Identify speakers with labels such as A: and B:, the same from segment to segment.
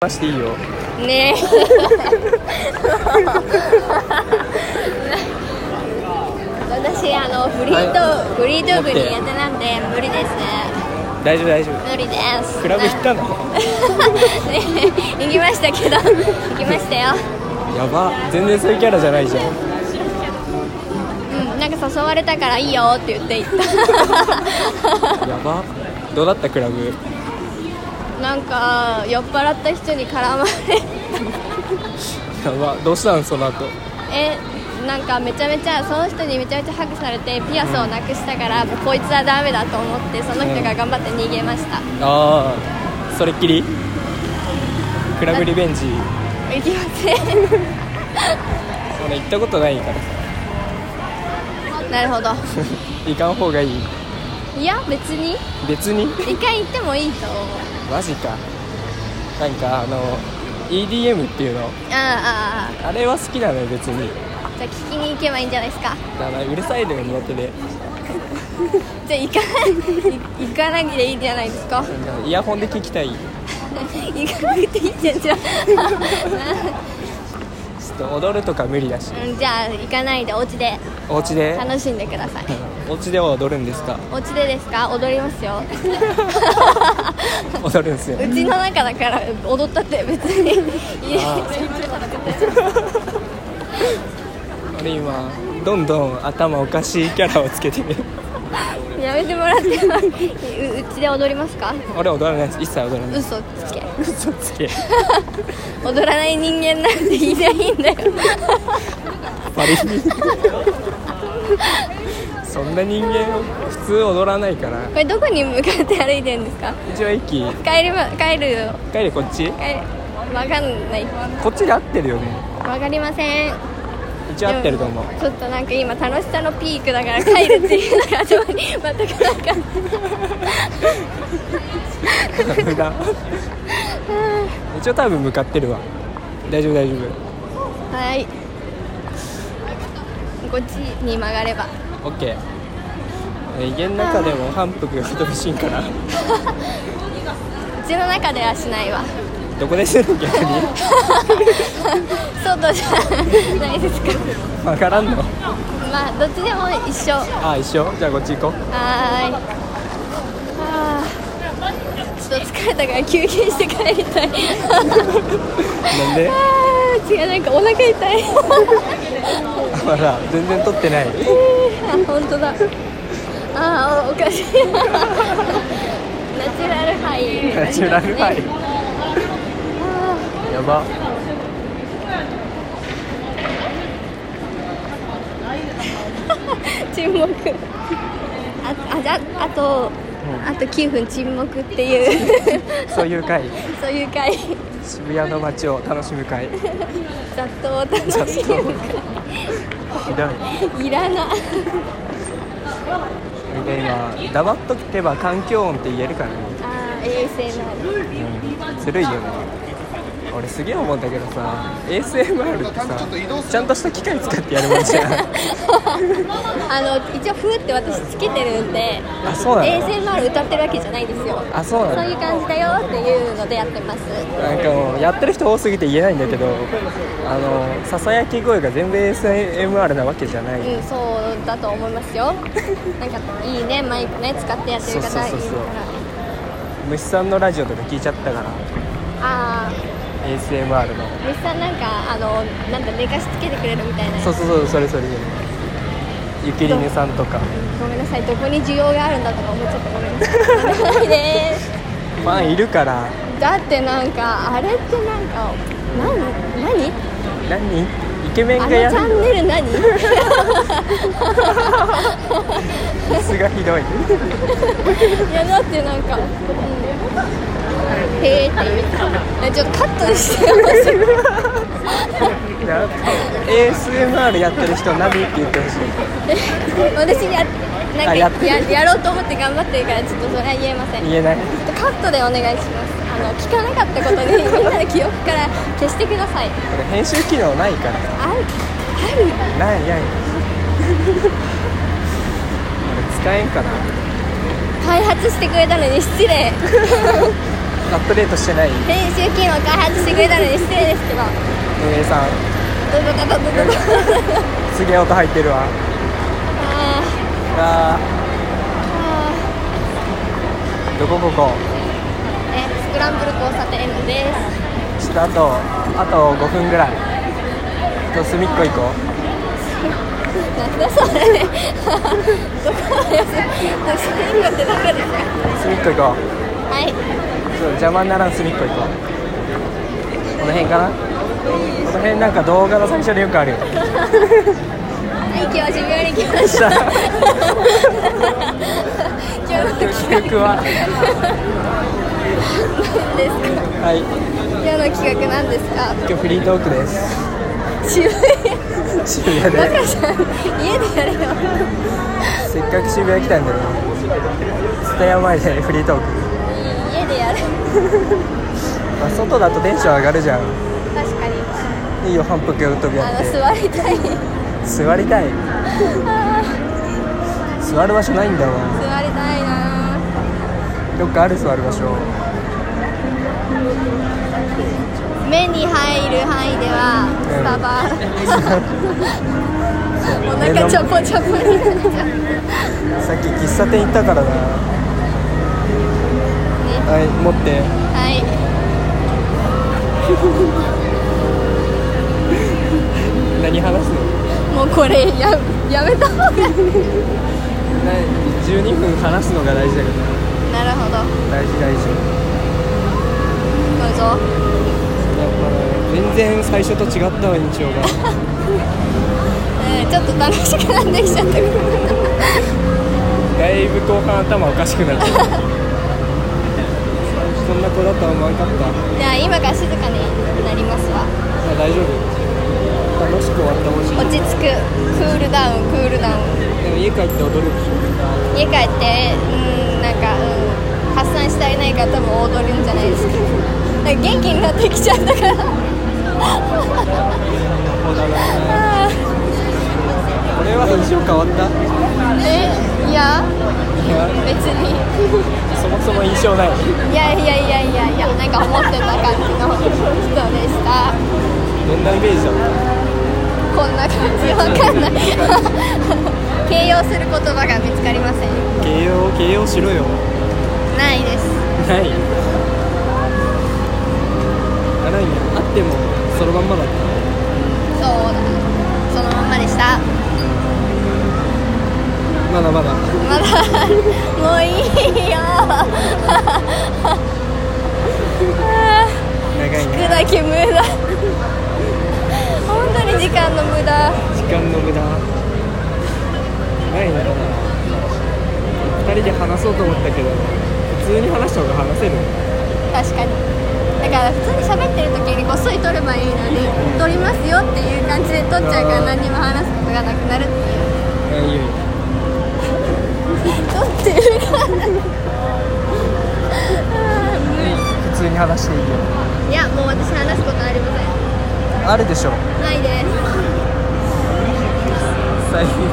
A: 出していいよ
B: ねえ私あのフリート、
A: は
B: フリートーク
A: 持って
B: 苦手なんで無理です
A: 大丈夫大丈夫
B: 無理です
A: クラブ行ったの
B: ねえ行きましたけど行きましたよ
A: やば全然そういうキャラじゃ ないじゃん
B: うんなんか誘われたからいいよって言って行っ
A: やばどうだったクラブ
B: た なんか酔っ払った人に絡まれ
A: やばどうしたんその後
B: えなんかめちゃめちゃその人にめちゃめちゃハグされてピアスをなくしたから、もうこいつはダメだと思ってその人が頑張って逃げました、
A: ああそれっきりクラブリベンジ
B: 行きません
A: それ行ったことないからさ
B: なるほど
A: 行かん方がいい
B: いや別に
A: 別に
B: 一回行ってもいいと思う
A: マジかなんかあの EDM っていうの
B: あああ
A: あれは好きなのよ別に
B: あじゃあ聞きに行けばいいんじゃないですか
A: だからうるさいのが苦手で
B: じゃあ行か ない行かなきゃいいんじゃないですか
A: なんかイヤホンで聞きたいちょ
B: 行かなくていいじゃんじゃあ
A: っと踊るとか無理だし
B: うんじゃあ行かないでお家で
A: お家で
B: 楽しんでください
A: お家では踊るんですか
B: お家でですか踊りま すよ
A: 踊るんですよ
B: うちの中だから踊ったって別にいい
A: あ俺今どんどん頭おかしいキャラをつけてる
B: やめてもらってもううちで踊りますか
A: 俺踊らないです一切踊らない
B: 嘘つけ
A: 嘘つけ
B: 踊らない人間なんていないんだよ
A: バリにそんな人間普通踊らないから
B: これどこに向かって歩いてるんですか
A: 一応駅
B: 帰るま帰るよ
A: 帰りこっち
B: 帰るわかんない
A: こっちで合ってるよね
B: わかりません
A: 一応合ってると思う
B: でもちょっとなんか今楽しさのピークだから帰るっていうのが始まり全くなんか
A: 無駄一応多分向かってるわ大丈夫大丈夫
B: はいこっちに曲がれば
A: OK 家の中でも反復が乏しいから
B: うちの中ではしないわ
A: どこでするの逆に
B: 外じゃないですか
A: 分からんの
B: まあどっちでも一緒は
A: あ一緒じゃあこっち行こう
B: ーいあーちょっと疲れたから休憩して帰りたい
A: なんで
B: あー違うなんかお腹痛い
A: ほら全然撮ってない
B: あ本当だあーおおかしいナチュラルハイ
A: ナチュラルハイ
B: あ
A: やば
B: ー沈黙ああじゃああとあと9分沈黙っていう
A: そういう回
B: そういう回
A: 渋谷の街を楽しむ会ひ
B: ざっとお楽し
A: ざっ
B: む
A: どい
B: 回いらない
A: で今黙っとけば環境音って言えるからね、
B: あー衛生な
A: うん、ずるいよね俺すげえ思うんだけどさ ASMR ってさちゃんとした機械使ってやるもんじゃん
B: あの一応ふーって私つけてるんで
A: あそうなの
B: ASMR 歌ってるわけじゃないんですよ
A: あそうな
B: そ
A: の
B: ういう感じだよっていうのでやってます
A: なんかもうやってる人多すぎて言えないんだけどあのささやき声が全部 ASMR なわけじゃない
B: うんそうだと思いま すよなんかいいねマイクね使ってやってる方
A: そ
B: い
A: うそう
B: る
A: そう
B: か
A: そう
B: ら
A: 虫さんのラジオとか聞いちゃったから
B: ああ
A: ASMR の
B: 虫さんなんかあのなんか寝かしつけてくれるみたいな
A: そうそうそうそれそれそれゆきりねさんとか
B: ごめんなさいどこに需要があるんだとか思っちゃってごめんなさいごめんなさい です
A: ファンいるから
B: だってなんかあれってなんか何何
A: 何イケメン
B: あ
A: が
B: の
A: や
B: チャ
A: る
B: ンネル何
A: ミスがひどい
B: いやだってなんか、うん、へーって言ったちょっとカットしてほしい
A: な ASMR やってる人何って言ってほしい
B: 私やなんか
A: あや
B: や
A: ってる
B: やろうと思って頑張ってるからちょっとそれは言えません
A: 言えない
B: カットでお願いしますあの聞かなかったことに みんなの記憶から消してください
A: これ編集機能ないから
B: あるあ
A: ないない俺使えんかな
B: る開発してくれたのに失礼
A: アップデートしてない
B: 編集機能開発してくれたのに失礼ですけど
A: 運営さん
B: ドド ドドドドド
A: すげえ音入ってるわ
B: あ
A: あ
B: ーあ
A: ーどこここ
B: ーえスクランブル交差点です
A: ちょっとあとあと5分ぐらいと隅っこ行こう
B: なんだそれどこだよスイングってどこですか
A: 隅っこ行こう
B: はい
A: ちょっと邪魔にならん隅っこ行こうこの辺かなこの辺なんか動画の最初によくあるよ
B: はい今日は渋谷に来ました今日の
A: 企 画は
B: ですか
A: はい
B: 今日の企画なんですか
A: 今日フリートークです
B: 渋谷
A: 渋谷
B: バ
A: で
B: カじゃん家でやれよ
A: せっかく渋谷来たんだよ蔦屋前でフリートーク、
B: 家でやる
A: まあ、外だとテンション上がるじゃん
B: 確かに
A: いいよ反復飛び
B: あ
A: や
B: の座りたい
A: 座りたい
B: あー
A: 座る場所ないんだわ
B: 座りたいな
A: どっかある座る場所
B: 目に入る範囲ではスタバ お腹ちょぽちょぽになっちゃう
A: さっき喫茶店行ったからなはい持って
B: はい
A: 何話すの
B: もうこれややめた方がいい
A: な12分話すのが大事だけど
B: なるほど
A: 大事大事
B: どうぞ
A: だから全然最初と違ったわ印象が
B: えーちょっと楽しくなってきちゃった
A: だいぶ後半頭おかしくなってるそんな子だとは思わなかった
B: じゃあ今から静かになります
A: ま
B: わ
A: あ大丈夫楽しく終わってほしい
B: 落ち着くクールダウンクールダウン
A: でも家帰って踊るでしょ
B: 家帰ってうんなんかうん発散したいないから多分踊るんじゃないですかなんか元気になってきちゃったか
A: そ
B: ら
A: うだな
B: あ
A: 俺は印象変わった
B: ー えいや
A: いや
B: 別に
A: そもそも印象ない
B: いやいやいやいやいやなんか思ってた感じの人でした
A: どんなイメージだった
B: こんな感じわかんない 形容する言葉が見つかりません
A: 形容形容しろよ
B: ないです
A: ないあないんだあってもそのまんまだった
B: そうだそのまんまでした
A: まだまだ
B: まだもういいよ
A: 長いね
B: 聞くだけ無駄本当に時間の無駄
A: 時間の無駄ないな2人で話そうと思ったけど普通に話した方が話せる
B: 確かにだから普通に喋ってる時にこっそり撮ればいいのに撮りますよっていう感じで撮っちゃうから何も話すことがなくなるっていう
A: あ いいよいいよ
B: 撮ってる から
A: 普通に話していいよ
B: いやもう私話すことありません
A: あるでしょ
B: ないです
A: 最近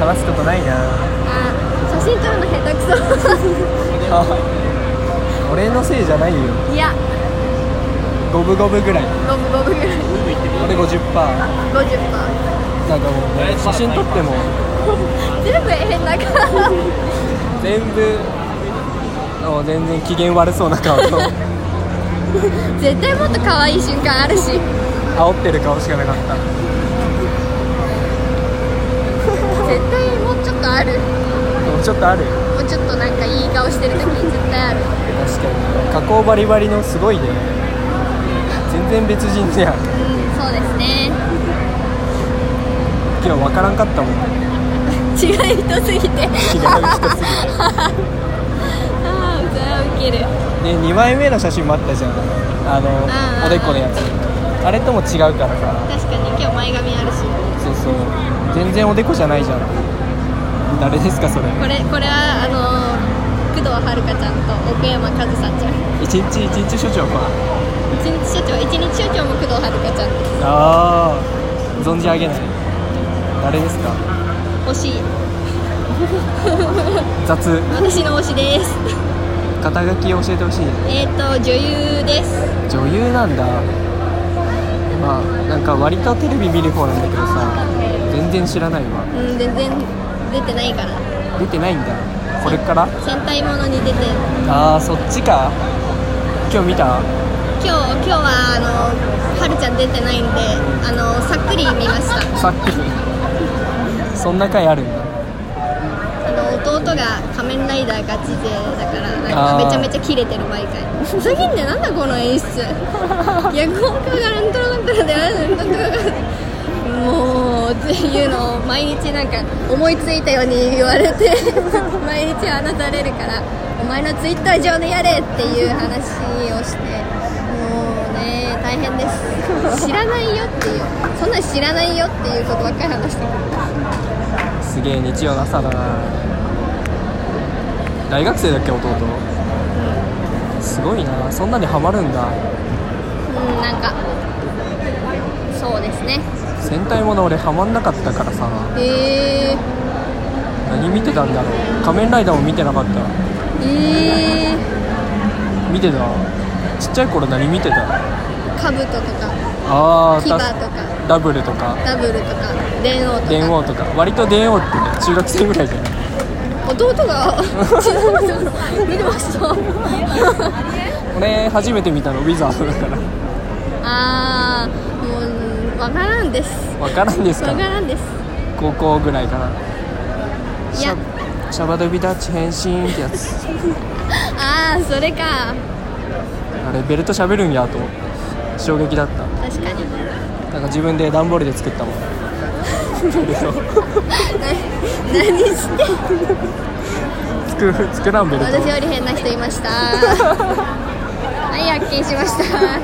A: 話すことないな
B: あ写真撮るの下手く
A: 俺のせいじゃないよ
B: そいや
A: 五分五分ぐらい
B: 五分五分ぐらい
A: 俺50%なん
B: 五十分
A: かもう写真撮っても
B: 全部変な顔
A: 全部もう全然機嫌悪そうな 顔と
B: 絶対もっと可愛い瞬間あるし
A: 煽ってる顔しかなかった
B: 絶対もうちょっとある
A: でもちょっとあるよ
B: もうちょっとなんかいい顔してる時に絶対ある
A: 確かに加工バリバリのすごいね全然別人じゃん
B: そうですね
A: 今日分からんかったもん違う
B: 違う人すぎて
A: 人すぎ
B: ああそれはウケる
A: てね2枚目の写真もあったじゃんあ
B: んうん
A: のおでこのやつあれとも違うからさ
B: 確かに今日前髪あるし
A: そうそう全然おでこじゃないじゃん誰ですかそれ
B: これこれはあのー、工藤遥香ちゃんと奥山和沙ちゃん
A: 一日一日所長か
B: 一日所長一日所長も工藤遥香ちゃんです
A: ああ存じ上げない誰ですか
B: 推し
A: 雑
B: 私の推しです
A: 肩書き教えてほしい
B: えっ、と女優です
A: 女優なんだまあなんか割とテレビ見る方なんだけどさ全然知らないわ
B: うん全然出てないから
A: 出てないんだこれから
B: 戦隊ものに出て
A: あーそっちか今日見た
B: 今日今日はあのはるちゃん出てないんであのさっくり見ました
A: さっきそんな回あるんだ
B: あの弟が仮面ライダーガチ勢だからなん
A: あー
B: かめちゃめちゃキレてる毎回ふざけんねなんだこの演出脚本家がなんとかなんとかでなんとかもうっていうのを毎日なんか思いついたように言われて毎日放たれるからお前のツイッター上でやれっていう話をしてもうね大変です知らないよっていうそんなん知らないよっていうことばっかり話してくる
A: すげえ日曜の朝だな大学生だっけ弟すごいなそんなにハマるんだ
B: うんなんかそうですね
A: 戦隊もの俺ハマんなかったからさ
B: えー、
A: 何見てたんだろう仮面ライダーも見てなかった
B: え
A: 見てたちっちゃい頃何見てた
B: ー、カブトとか
A: ああ
B: 牙とか
A: ダブルとか
B: ダブルとか電王とか
A: 電王とか割と電王ってね中学生ぐらいじゃない
B: 弟 が見てました
A: 俺初めて見たのウィザードだから
B: あーもうわからんです
A: わからんです
B: わ
A: か
B: からんです
A: 高校ぐらいかない
B: や
A: シャバドゥビダッチ変身ってやつ
B: あーそれか
A: あれベルト喋るんやと思って衝撃だった
B: 確かに
A: なんか自分で段ボールで作ったもんベルト
B: 何して
A: 作る作らんベルト
B: 私より変な人いましたはい発見しました